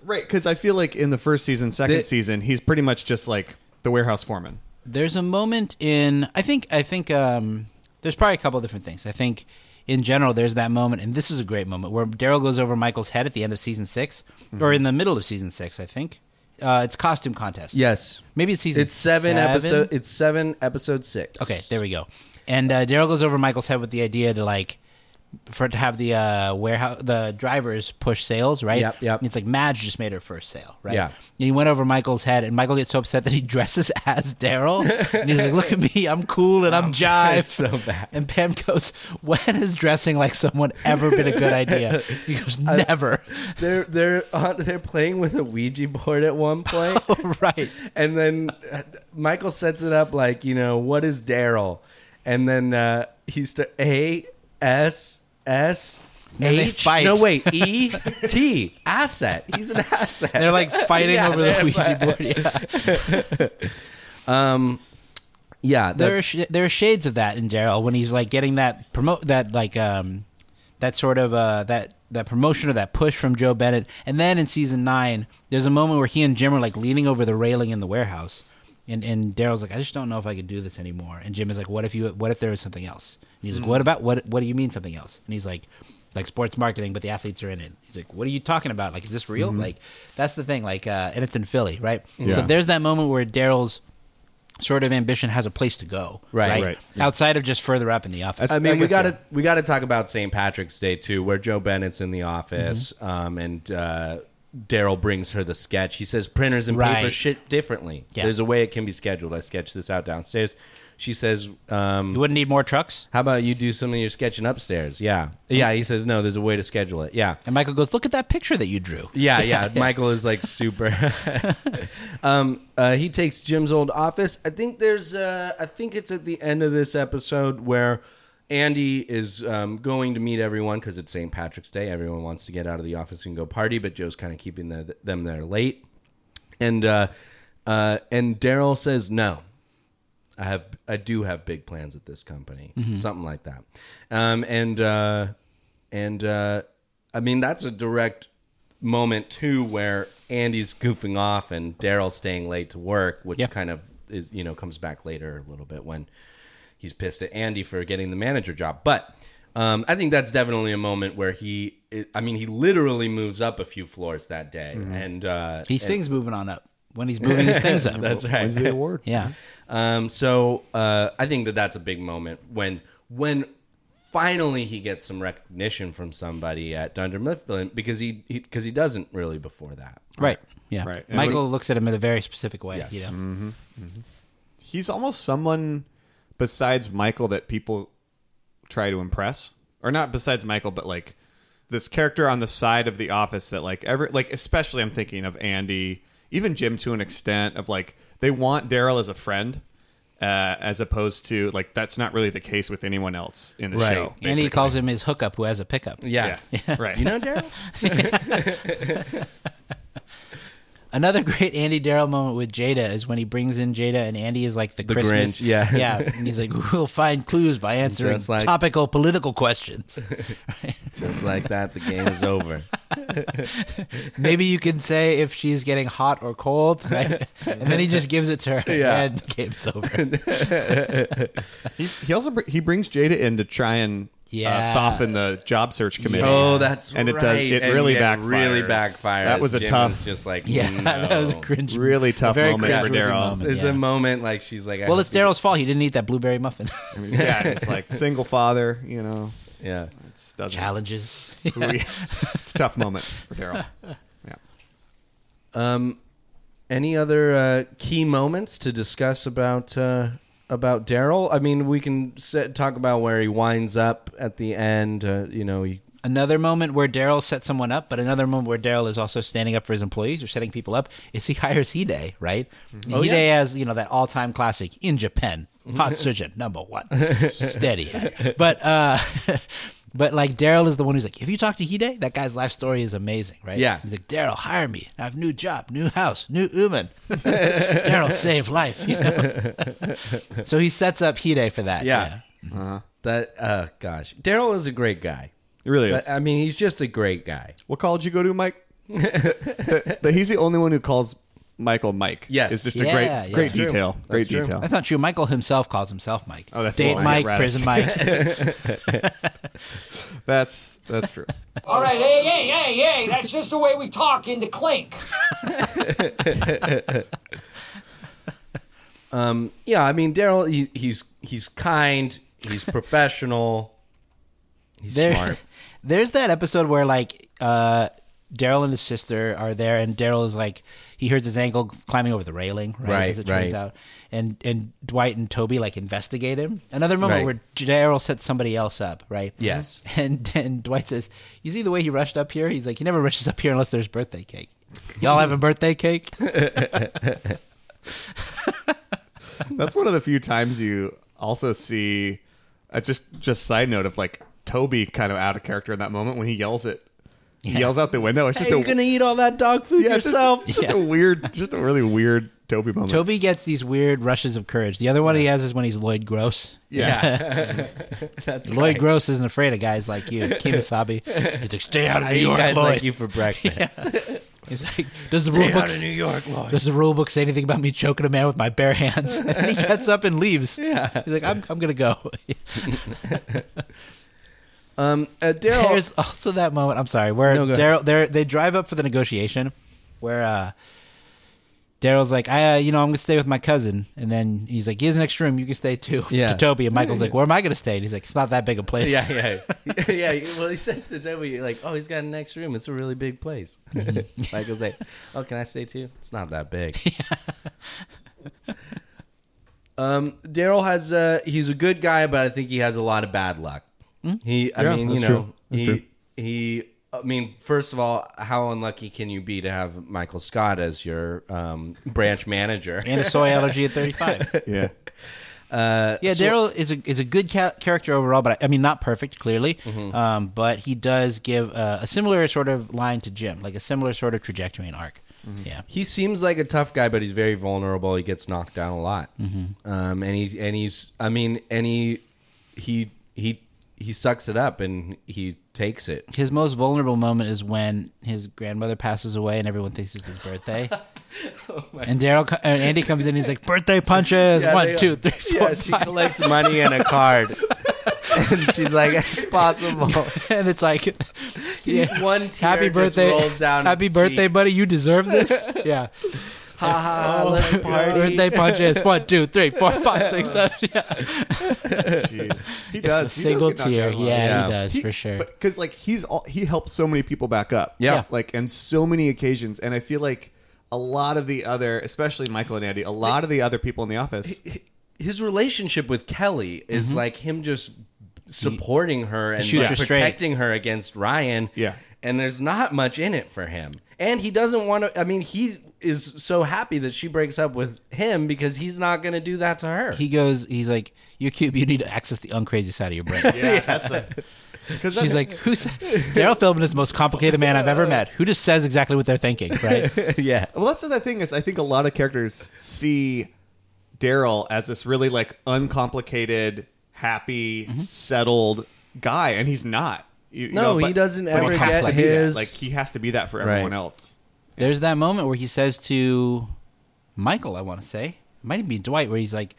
right, because I feel like in the first season, second The- season, he's pretty much just like the warehouse foreman. there's a moment in I think I think um, there's probably a couple of different things. I think in general there's that moment, and this is a great moment where Daryl goes over Michael's head at the end of season 6 Mm-hmm. or in the middle of season six. I think uh, it's costume contest. Yes. maybe it's season. It's seven, episode it's seven episode six. Okay, there we go. And uh, Daryl goes over Michael's head with the idea to like for it to have the uh, warehouse the drivers push sales, right? Yep, yep. It's like Madge just made her first sale, right? Yeah. And he went over Michael's head, and Michael gets so upset that he dresses as Daryl, and he's like, "Look at me, I'm cool and I'm jive." so bad. And Pam goes, "When has dressing like someone ever been a good idea?" He goes, "Never." they're they're on, they're playing with a Ouija board at one point, Oh, right. And then uh, Michael sets it up like you know what is Daryl, and then uh, he's to A S S And they H- fight. No wait, E T asset. He's an asset. They're like fighting Yeah, over the they're Ouija fight- board. Yeah. yeah, there are that's- sh- there are shades of that in Daryl when he's like getting that promote that like um that sort of uh that that promotion or that push from Joe Bennett, and then in season nine, there's a moment where he and Jim are like leaning over the railing in the warehouse, and and Daryl's like, I just don't know if I could do this anymore, and Jim is like, What if you what if there was something else? And he's like, What about what what do you mean something else? And he's like. Like sports marketing, but the athletes are in it. He's like, "What are you talking about? Like, is this real? Like, that's the thing. Like, uh, and it's in Philly, right? So there's that moment where Daryl's sort of ambition has a place to go, Right. right? Right. Outside of just further up in the office. I mean, we gotta we gotta talk about St. Patrick's Day too, where Joe Bennett's in the office, Mm-hmm. um, and uh, Daryl brings her the sketch. He says printers and paper Right. shit differently. Yeah. There's a way it can be scheduled. I sketched this out downstairs. She says, um, you wouldn't need more trucks. "How about you do some of your sketching upstairs?" Yeah, yeah. He says, "No, there's a way to schedule it." Yeah, And Michael goes, "Look at that picture that you drew." yeah, yeah. Michael is like super. um, uh, he takes Jim's old office. I think there's. Uh, I think it's at the end of this episode where Andy is um, going to meet everyone because it's St. Patrick's Day. Everyone wants to get out of the office and go party, but Joe's kind of keeping the, them there late. And uh, uh, and Daryl says no. I have I do have big plans at this company, Mm-hmm. something like that. Um, and uh, and uh, I mean that's a direct moment too where Andy's goofing off and Daryl's staying late to work, which Yeah. kind of is you know comes back later a little bit when he's pissed at Andy for getting the manager job. But um, I think that's definitely a moment where he, I mean, he literally moves up a few floors that day, and uh, Mm-hmm. He sings "Moving On Up" when he's moving his things up. that's right. Wins the award. yeah. Um, so uh, I think that that's a big moment when when finally he gets some recognition from somebody at Dunder Mifflin because he because he, doesn't really before that. Right. Yeah. Right. And Michael looks at him in a very specific way. You know? Mm-hmm. He's almost someone besides Michael that people try to impress, or not besides Michael, but like this character on the side of the office that like ever like especially I'm thinking of Andy, even Jim to an extent of like they want Daryl as a friend. Uh, as opposed to like that's not really the case with anyone else in the Right. show. And he calls him his hookup, who has a pickup. Yeah, Yeah. right. you know, Daryl. Another great Andy Darrell moment with Jada is when he brings in Jada and Andy is like the, The Christmas. Grinch, yeah. Yeah. And he's like, we'll find clues by answering Just like- topical political questions. Just like that, the game is over. Maybe you can say if she's getting hot or cold, right? and then he just gives it to her Yeah. and the game's over. He, he also br- he brings Jada in to try and Yeah. uh, soften the job search committee. Oh, that's and right. it does it really and backfires. Really backfires. That was a Jim tough. was just like Yeah, no. that was a cringe. Really tough very moment for cringe-worthy Daryl. moment, There's yeah. a moment like she's like, I Well, hope it's he- Daryl's fault. He didn't eat that blueberry muffin. yeah, it's like single father. You know, Yeah. it's doesn't. Challenges. it's a tough moment for Daryl. Yeah. Any other uh, key moments to discuss about uh, about Daryl? I mean, we can set, talk about where he winds up at the end. Uh, you know, he, another moment where Daryl set someone up, but another moment where Daryl is also standing up for his employees or setting people up is he hires Hide, right? Hide has, you know, that all time classic in Japan, hot surgeon, number one, steady. But, uh, But like Daryl is the one who's like, have you talked to Hide? That guy's life story is amazing, right? Yeah. He's like, Daryl, hire me. I have new job, new house, new woman. Daryl, save life. You know? so he sets up Hide for that. yeah, that uh, gosh, Daryl is a great guy. It really is. But, uh, I mean, he's just a great guy. What college you go to, Mike? but, but he's the only one who calls Michael Mike. Yes. it's just Yeah, a great, yeah. great That's true. detail. That's great true. detail. That's not true. Michael himself calls himself Mike. Oh, that's date cool. Mike, Right. prison Mike. That's that's true. All right, hey, hey, hey, hey, that's just the way we talk in the clink. Yeah, I mean, Daryl, he, he's he's kind, he's professional, he's There- smart. There's that episode where like uh, Daryl and his sister are there, and Daryl is like he hurts his ankle climbing over the railing, right? Right, as it turns right. out, and and Dwight and Toby like investigate him. Another moment Right. where Daryl sets somebody else up, right? Yes. And and Dwight says, "You see the way he rushed up here? He's like, he never rushes up here unless there's birthday cake. Y'all having birthday cake? That's one of the few times you also see. Uh, just just side note of like Toby kind of out of character in that moment when he yells it. He yells out the window. It's just Hey, a you gonna eat all that dog food yeah, it's just- yourself? Just, Yeah. a weird, just a really weird Toby moment. Toby gets these weird rushes of courage. The other one he has is when he's Lloyd Gross. yeah. That's Lloyd right. Gross isn't afraid of guys like you, Kimasabi. He's like, stay out of I New eat York, guys Lloyd. like you for breakfast. He's like, does the rule book New York, Lloyd. does the rule book say anything about me choking a man with my bare hands? And then he gets up and leaves. Yeah, he's like, I'm, I'm gonna go. Um, uh, Daryl. There's also that moment. I'm sorry, where No, go ahead. Daryl they they drive up for the negotiation, where uh, Daryl's like, I uh, you know I'm gonna stay with my cousin, and then he's like, here's an extra room, you can stay too. Yeah. to Toby and Michael's like, where am I gonna stay? And he's like, it's not that big a place. Yeah, yeah, yeah. yeah. Well, he says to Toby, like, "Oh, he's got an next room. It's a really big place." Michael's like, "Oh, can I stay too? It's not that big." um, Daryl has uh, he's a good guy, but I think he has a lot of bad luck. He, I Hmm? Yeah, mean, you that's know, true. That's he true. he. I mean, first of all, how unlucky can you be to have Michael Scott as your um, branch manager? and a soy allergy at 35. yeah. Yeah, Daryl is a is a good ca- character overall, but I, I mean not perfect clearly. Mm-hmm. Um, but he does give uh, a similar sort of line to Jim, like a similar sort of trajectory and arc. Yeah. he seems like a tough guy, but he's very vulnerable. He gets knocked down a lot, Mm-hmm. um, and he and he's I mean, and he he he he sucks it up and he takes it. His most vulnerable moment is when his grandmother passes away and everyone thinks it's his birthday. Oh and Daryl co- and Andy comes in. He's like, "Birthday punches! One, they- two, three, four, Yeah, she five." collects money and a card, and she's like, "It's possible." and it's like, yeah. One tear happy just birthday, rolls down. happy his birthday, cheek. buddy! You deserve this. Yeah, Ha ha! ha, let's party. Oh, birthday punches. One, two, three, four, five, six, seven. Yeah. Jeez. a He does. he does single get knocked tear. down a lot. Yeah, Yeah. he does for sure. Because like he's all, he helps so many people back up. Yeah. Like on so many occasions, and I feel like a lot of the other, especially Michael and Andy, a lot of the other people in the office. his relationship with Kelly is like him just supporting her and Mm-hmm. shoots like, her straight. protecting her against Ryan. Yeah. And there's not much in it for him. And he doesn't want to I mean, he is so happy that she breaks up with him because he's not going to do that to her. He goes, he's like, "You're cute. You need to access the uncrazy side of your brain." Yeah. That's it. Because She's like, "Who's Daryl Philbin is the most complicated man I've ever met. Who just says exactly what they're thinking, right?" yeah. Well, that's the other thing is I think a lot of characters see Daryl as this really like uncomplicated, happy, Mm-hmm. settled guy, and he's not. You, you No, know, he but- doesn't but he ever has get to be that. his- Like he has to be that for Right. everyone else. There's that moment where he says to Michael, I want to say, it might even be Dwight, where he's like,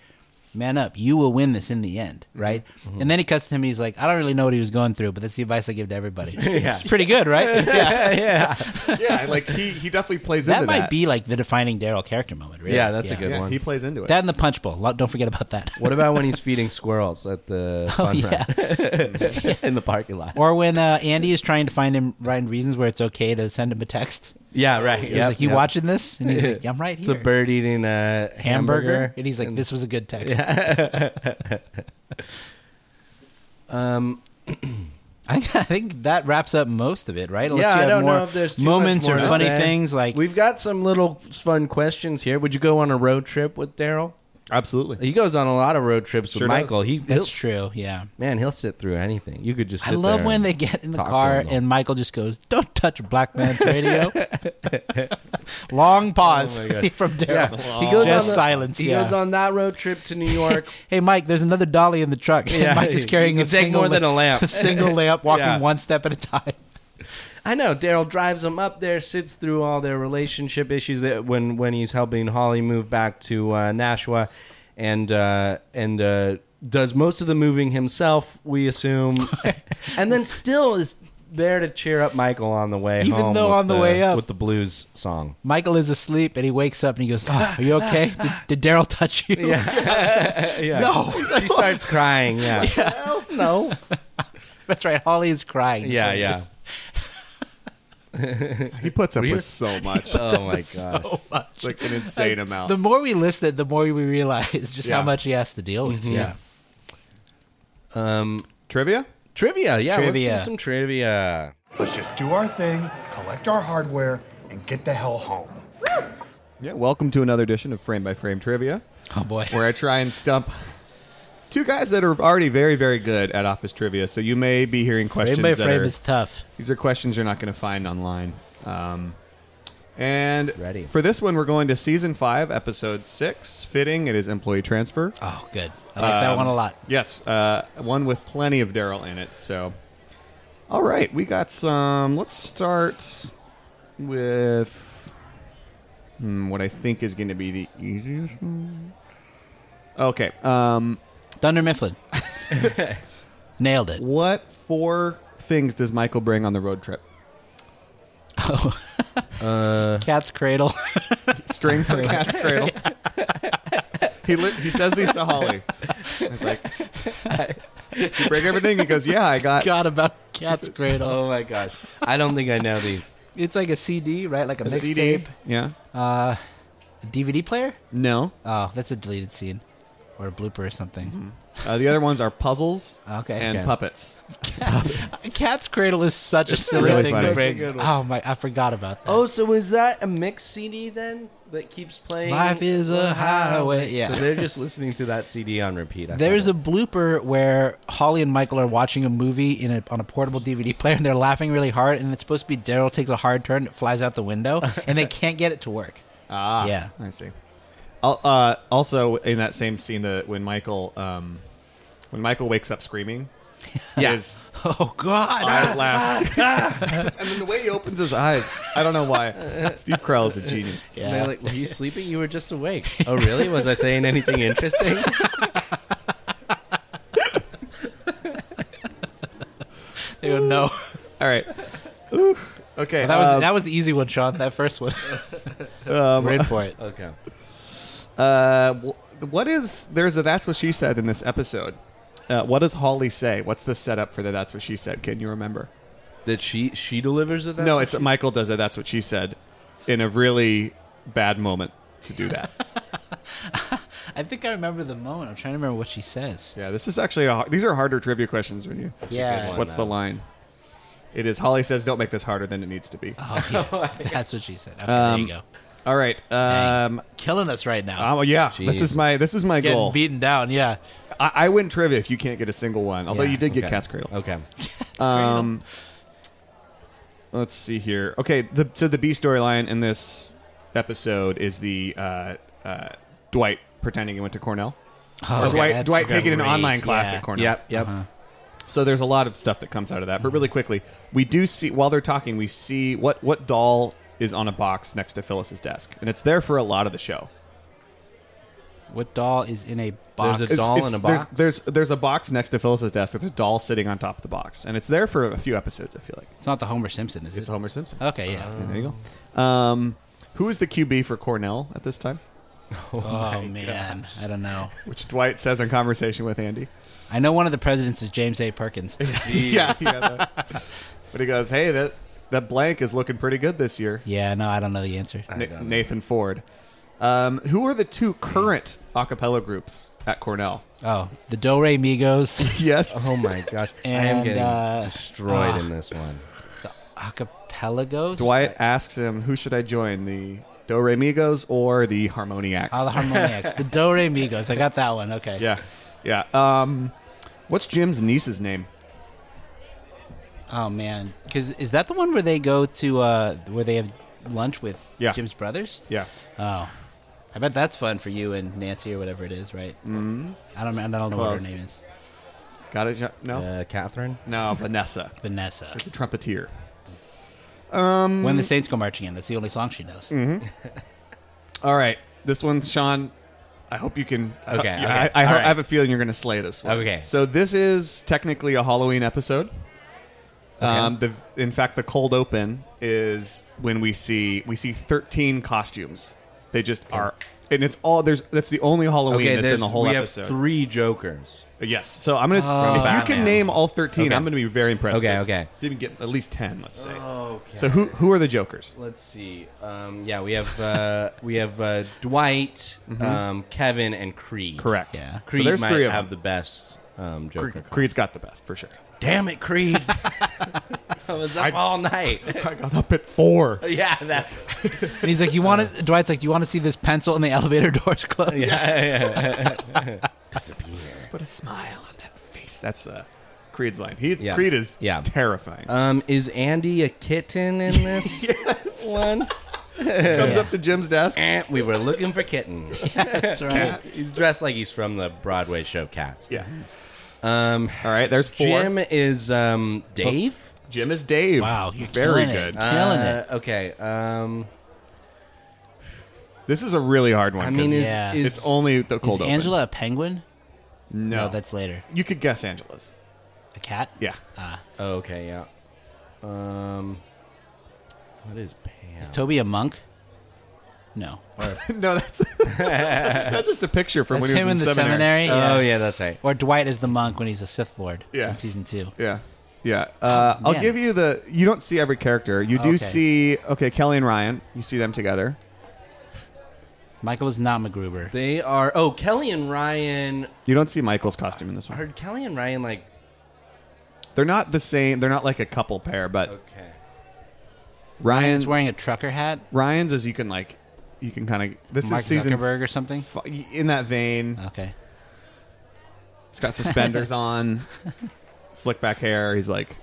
man up. You will win this in the end, Mm-hmm. right? And then he cuts to him. He's like, I don't really know what he was going through, but that's the advice I give to everybody. yeah. It's pretty good, right? yeah. yeah, yeah, like he he definitely plays That into might that. be like the defining Daryl character moment, really. yeah, that's a good yeah, one. He plays into it. That and the punch bowl. Lo- Don't forget about that. What about when he's feeding squirrels at the fun Oh, yeah. run in the parking lot? Or when uh, Andy is trying to find him find reasons where it's okay to send him a text. yeah, right. He's yep, like, "You yep. watching this?" And he's like, "I'm right It's here." a bird eating a hamburger. hamburger. and he's like, "This was a good text." um, I, I think that wraps up most of it, right? yeah, you I have don't more know if there's too much moments more or to funny say. things like We've got some little fun questions here. Would you go on a road trip with Daryl? Absolutely. He goes on a lot of road trips Sure with does. Michael. He that's he'll- true. Yeah, man, he'll sit through anything. You could just. I sit love there when and- they get in the talk to car him, though. and Michael just goes, "Don't touch a black man's radio." Long pause from Oh Yeah, Daryl. he goes on Just the- silence. He yeah. goes on that road trip to New York. Hey Mike, there's another dolly in the truck. Yeah. Mike is carrying You a can take single more than a lamp. single lamp, walking Yeah. one step at a time. I know Daryl drives him up there, sits through all their relationship issues that when when he's helping Holly move back to uh, Nashua, and uh, and uh, does most of the moving himself, we assume, and then still is there to cheer up Michael on the way, Even home though with on the way up- with the blues song. Michael is asleep and he wakes up and he goes, oh, "Are you okay? Did, did Daryl touch you?" Yeah. No. she starts crying. Yeah, no, That's right. Holly is crying. yeah, That's yeah. He puts up with so much. Oh my gosh. what it is. So much. like an insane amount. The more we list it, the more we realize just how Yeah. much he has to deal Mm-hmm. with. Yeah. Um, Trivia? trivia. Yeah, Trivia. let's do some trivia. Let's just do our thing, collect our hardware, and get the hell home. Yeah, welcome to another edition of Frame by Frame Trivia, Oh boy. where I try and stump two guys that are already very, very good at office trivia. So you may be hearing questions Frame by that frame are- is tough. These are questions you're not going to find online. Um, and Ready. for this one, we're going to season five, episode six. Fitting, it is employee transfer. Oh, good. I like that Um, one a lot. Yes, uh, one with plenty of Daryl in it. So, all right, we got some. Let's start with hmm, what I think is going to be the easiest one. Okay, um, Thunder Mifflin. Nailed it. what four things does Michael bring on the road trip? Cat's Cradle. String for cat's cradle. he li- he says these to Holly. He's like, "You break everything." He goes, "Yeah, I got." God about Cat's Cradle. Oh my gosh. I don't think I know these. It's like a CD, right? Like a, a CD. mixtape. Yeah. Uh, a DVD player? No. Oh, that's a deleted scene. Or a blooper or something. Uh, the other ones are puzzles Okay. and Okay. puppets. Cat's Cradle is such a silly really thing funny. to Such a bring. good one. Oh my, I forgot about that. Oh, so is that a mixed CD then that keeps playing? Life is a highway. Yeah. So they're just listening to that CD on repeat. I There's a find blooper where Holly and Michael are watching a movie in a, on a portable DVD player, and they're laughing really hard. And it's supposed to be Daryl takes a hard turn, it flies out the window, and they can't get it to work. Ah, Yeah. I see. Al- Uh, also, in that same scene, the when Michael um, when Michael wakes up screaming, Yeah. is Oh God! I laugh. and then the way he opens his eyes, I don't know why. Steve Carell is a genius. it. And they're like, were you sleeping? You were just awake. oh, really? Was I saying anything interesting? They would know. All right. Okay. That was um, that was the easy one, Sean. That first one. um, We're in for it. okay. Uh, wh- what is there's a that's what she said in this episode. Uh, what does Holly say? What's the setup for the that's what she said? Can you remember? That she she delivers it. That's no, what it's she- Michael does it. That's what she said, in a really bad moment to do that. I think I remember the moment. I'm trying to remember what she says. yeah, this is actually a, har- these are harder trivia questions when you. yeah. What's the line? It is Holly says, "Don't make this harder than it needs to be." Uh, Oh, yeah. That's what she said. Okay, Um, there you go. All right. Um, Killing us right now. oh, yeah, this Jesus. is my this is my Getting goal. beaten down. Yeah. I, I win trivia if you can't get a single one. Although Yeah, you did get Okay. Cat's Cradle. Okay. Um, let's see here. Okay, the so the B storyline in this episode is the uh, uh, Dwight pretending he went to Cornell. Oh, Or okay, Dwight, that's Dwight taking an great. online class Yeah. at Cornell. Yep. Yep. Uh-huh. So there's a lot of stuff that comes out of that. But really quickly, we do see while they're talking, we see what what doll is on a box next to Phyllis's desk, and it's there for a lot of the show. What doll is in a box? There's a It's- doll it's- in a there's- box? There's, there's a box next to Phyllis's desk. There's a doll sitting on top of the box, and it's there for a few episodes. I feel like it's not the Homer Simpson, is it? it's Homer Simpson. Okay, yeah. Yeah, there you go. Um, who is the QB for Cornell at this time? oh man, I don't know. Which Dwight says in conversation with Andy. I know one of the presidents is James A. Perkins. yeah, he got that. but he goes, "Hey, that that blank is looking pretty good this year." yeah, no, I don't know the answer. Na- Nathan Ford. Um, who are the two current a cappella groups at Cornell? Oh, the Do Re Migos, Yes. Oh my gosh, I am And, getting uh, destroyed ah. in this one. the Acapelagos. Dwight asks him, "Who should I join, the Do Re Migos or the Harmoniacs?" Oh, the Harmoniacs. the Do Re Migos. I got that one. Okay. yeah, yeah. Um, what's Jim's niece's name? Oh man, because is that the one where they go to uh where they have lunch with Yeah. Jim's brothers? Yeah, Oh, I bet that's fun for you and Nancy or whatever it is, right? Mm-hmm. I don't. I don't know what Close. her name is. got it. oh. No, Uh, Catherine. no, Vanessa, Vanessa. the trumpeter. mm-hmm. When the Saints go marching in. That's the only song she knows. All right, this one, Sean. I hope you can. Okay, okay, I, I, all ho- right. I have a feeling you're going to slay this one. Okay. So this is technically a Halloween episode. Um, the in fact, the cold open is when we see we see 13 costumes. They just are, and it's all there's. That's the only Halloween that's in there's- the whole we episode. have three Jokers. Yes. So I'm gonna. if you can Batman. name all 13, Okay. I'm gonna be very impressed. Okay, with you. okay. So you can get at least 10, let's say. Okay. So who who are the jokers? Let's see. Um, yeah, we have uh, we have uh, Dwight, um, Kevin, and Creed. Correct. Yeah. Creed so there's might three of have them. the best um, Joker. Creed- card. Creed's got the best for sure. Damn it, Creed! I was up all night. I got up at four. yeah, that's And he's like, "You want to?" Dwight's like, "Do you want to see this pencil?" And the elevator doors close. Put a smile on that face. That's uh, Creed's line. He Yeah. Creed is Yeah. terrifying. Um, is Andy a kitten in this one? Comes up to Jim's desk. Eh, we were looking for kittens. That's right. he's dressed like he's from the Broadway show Cats. Yeah. Um, All right. There's four. Jim is um Dave. Jim is Dave. Wow, you're very killing it. good. Uh, Killing it. Okay. Um, this is a really hard one. I mean, 'cause is, Yeah. is it's only the Is cold open. Angela a penguin? No, that's later. you could guess Angela's. A cat? Yeah. Oh, okay, yeah. Um, what is Pam? Is Toby a monk? No. Or no, that's that's just a picture from that's when he him was in the seminary. seminary. Oh yeah. yeah, that's right. Or Dwight is the monk when he's a Sith Lord. Yeah. In season two. Yeah. Yeah. Uh, I'll Oh, man. give you the. You don't see every character. You do Okay. see. Okay, Kelly and Ryan. You see them together. Michael is not MacGruber. They are. Oh, Kelly and Ryan. You don't see Michael's costume in this one. Are Kelly and Ryan like? They're not the same. They're not like a couple pair, but Okay. Ryan's He's wearing a trucker hat. Ryan's is you can like. You can kind of. This Mark is season. Zuckerberg Oh. or something. f- In that vein, Okay. it's got suspenders on, slick back hair. He's like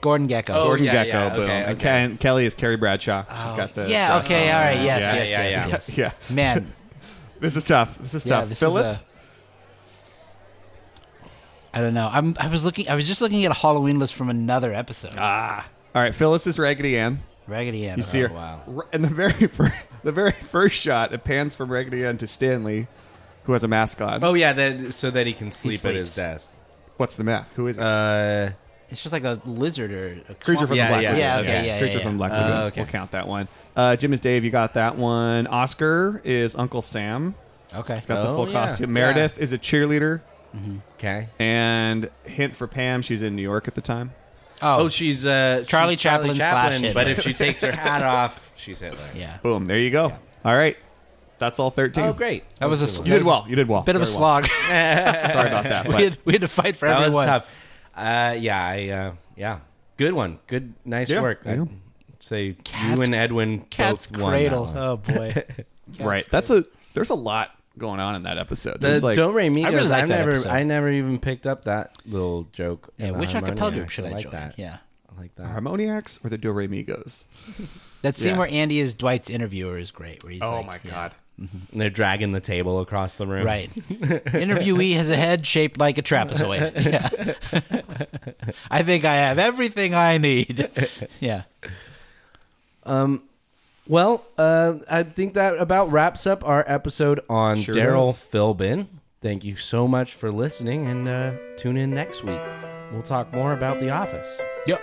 Gordon Gecko. Oh, Gordon yeah, Gecko. yeah, boom. okay, And okay. Ken- Kelly is Carrie Bradshaw. She's got the Oh, yeah. dress Okay. on. All right. Yes. Yeah, yes. yeah, yes. yeah. Yes. Yeah, Man, this is tough. This is Yeah, tough. this is, Phyllis, uh, I don't know. I'm. I was looking. I was just looking at a Halloween list from another episode. all right. Phyllis is Raggedy Ann. Raggedy Ann. Ah, Oh, You see her, wow. r- and the very first, the very first shot, it pans from Raggedy Ann to Stanley, who has a mask on. Oh yeah, that so that he can sleep at his sleeps. desk. What's the mask? Who is it? Uh, It's just like a lizard or a Creature from yeah, the Black yeah, Lagoon. yeah, okay, yeah, Creature yeah, from the Black yeah. Lagoon. Uh, okay. We'll count that one. Uh, Jim is Dave. You got that one. Oscar is Uncle Sam. Okay. He's got the Oh, full yeah. costume. Yeah. Meredith is a cheerleader. okay. And hint for Pam, she's in New York at the time. Oh, she's uh, Charlie she's Charlie Chaplin slash Hitler. but if she takes her hat off, she's Hitler. yeah. Boom. There you go. All right. That's all 13. Oh, great. That was a. You did well. You did well. Bit of a Very well. slog. Sorry about that. we, But had, we had to fight for That was everyone. tough. Uh, yeah, I uh, yeah, good one. Good, nice Yeah, work. yeah. I'd say Cat's- you and Edwin Cat's both won that cradle. Uh, one. Oh boy. right. That's a. There's a lot going on in that episode. The There's like Do Re Mi I really goes, like I that never, episode. I never even picked up that little joke. Yeah, in the which harmonium. acapella group should I actually like join? That. Yeah. I like that. Harmoniacs or the Do Re Migos? That scene Yeah. Oh, where Andy is Dwight's interviewer is great. Where he's like, yeah. And they're dragging the table across the room. Right. Interviewee has a head shaped like a trapezoid. Yeah. I think I have everything I need. Yeah. Well, uh, I think that about wraps up our episode on Sure Daryl does. Philbin. Thank you so much for listening, and uh, tune in next week. We'll talk more about The Office. Yep.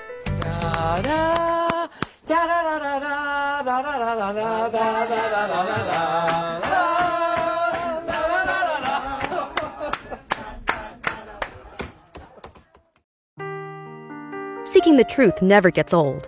Seeking the truth never gets old.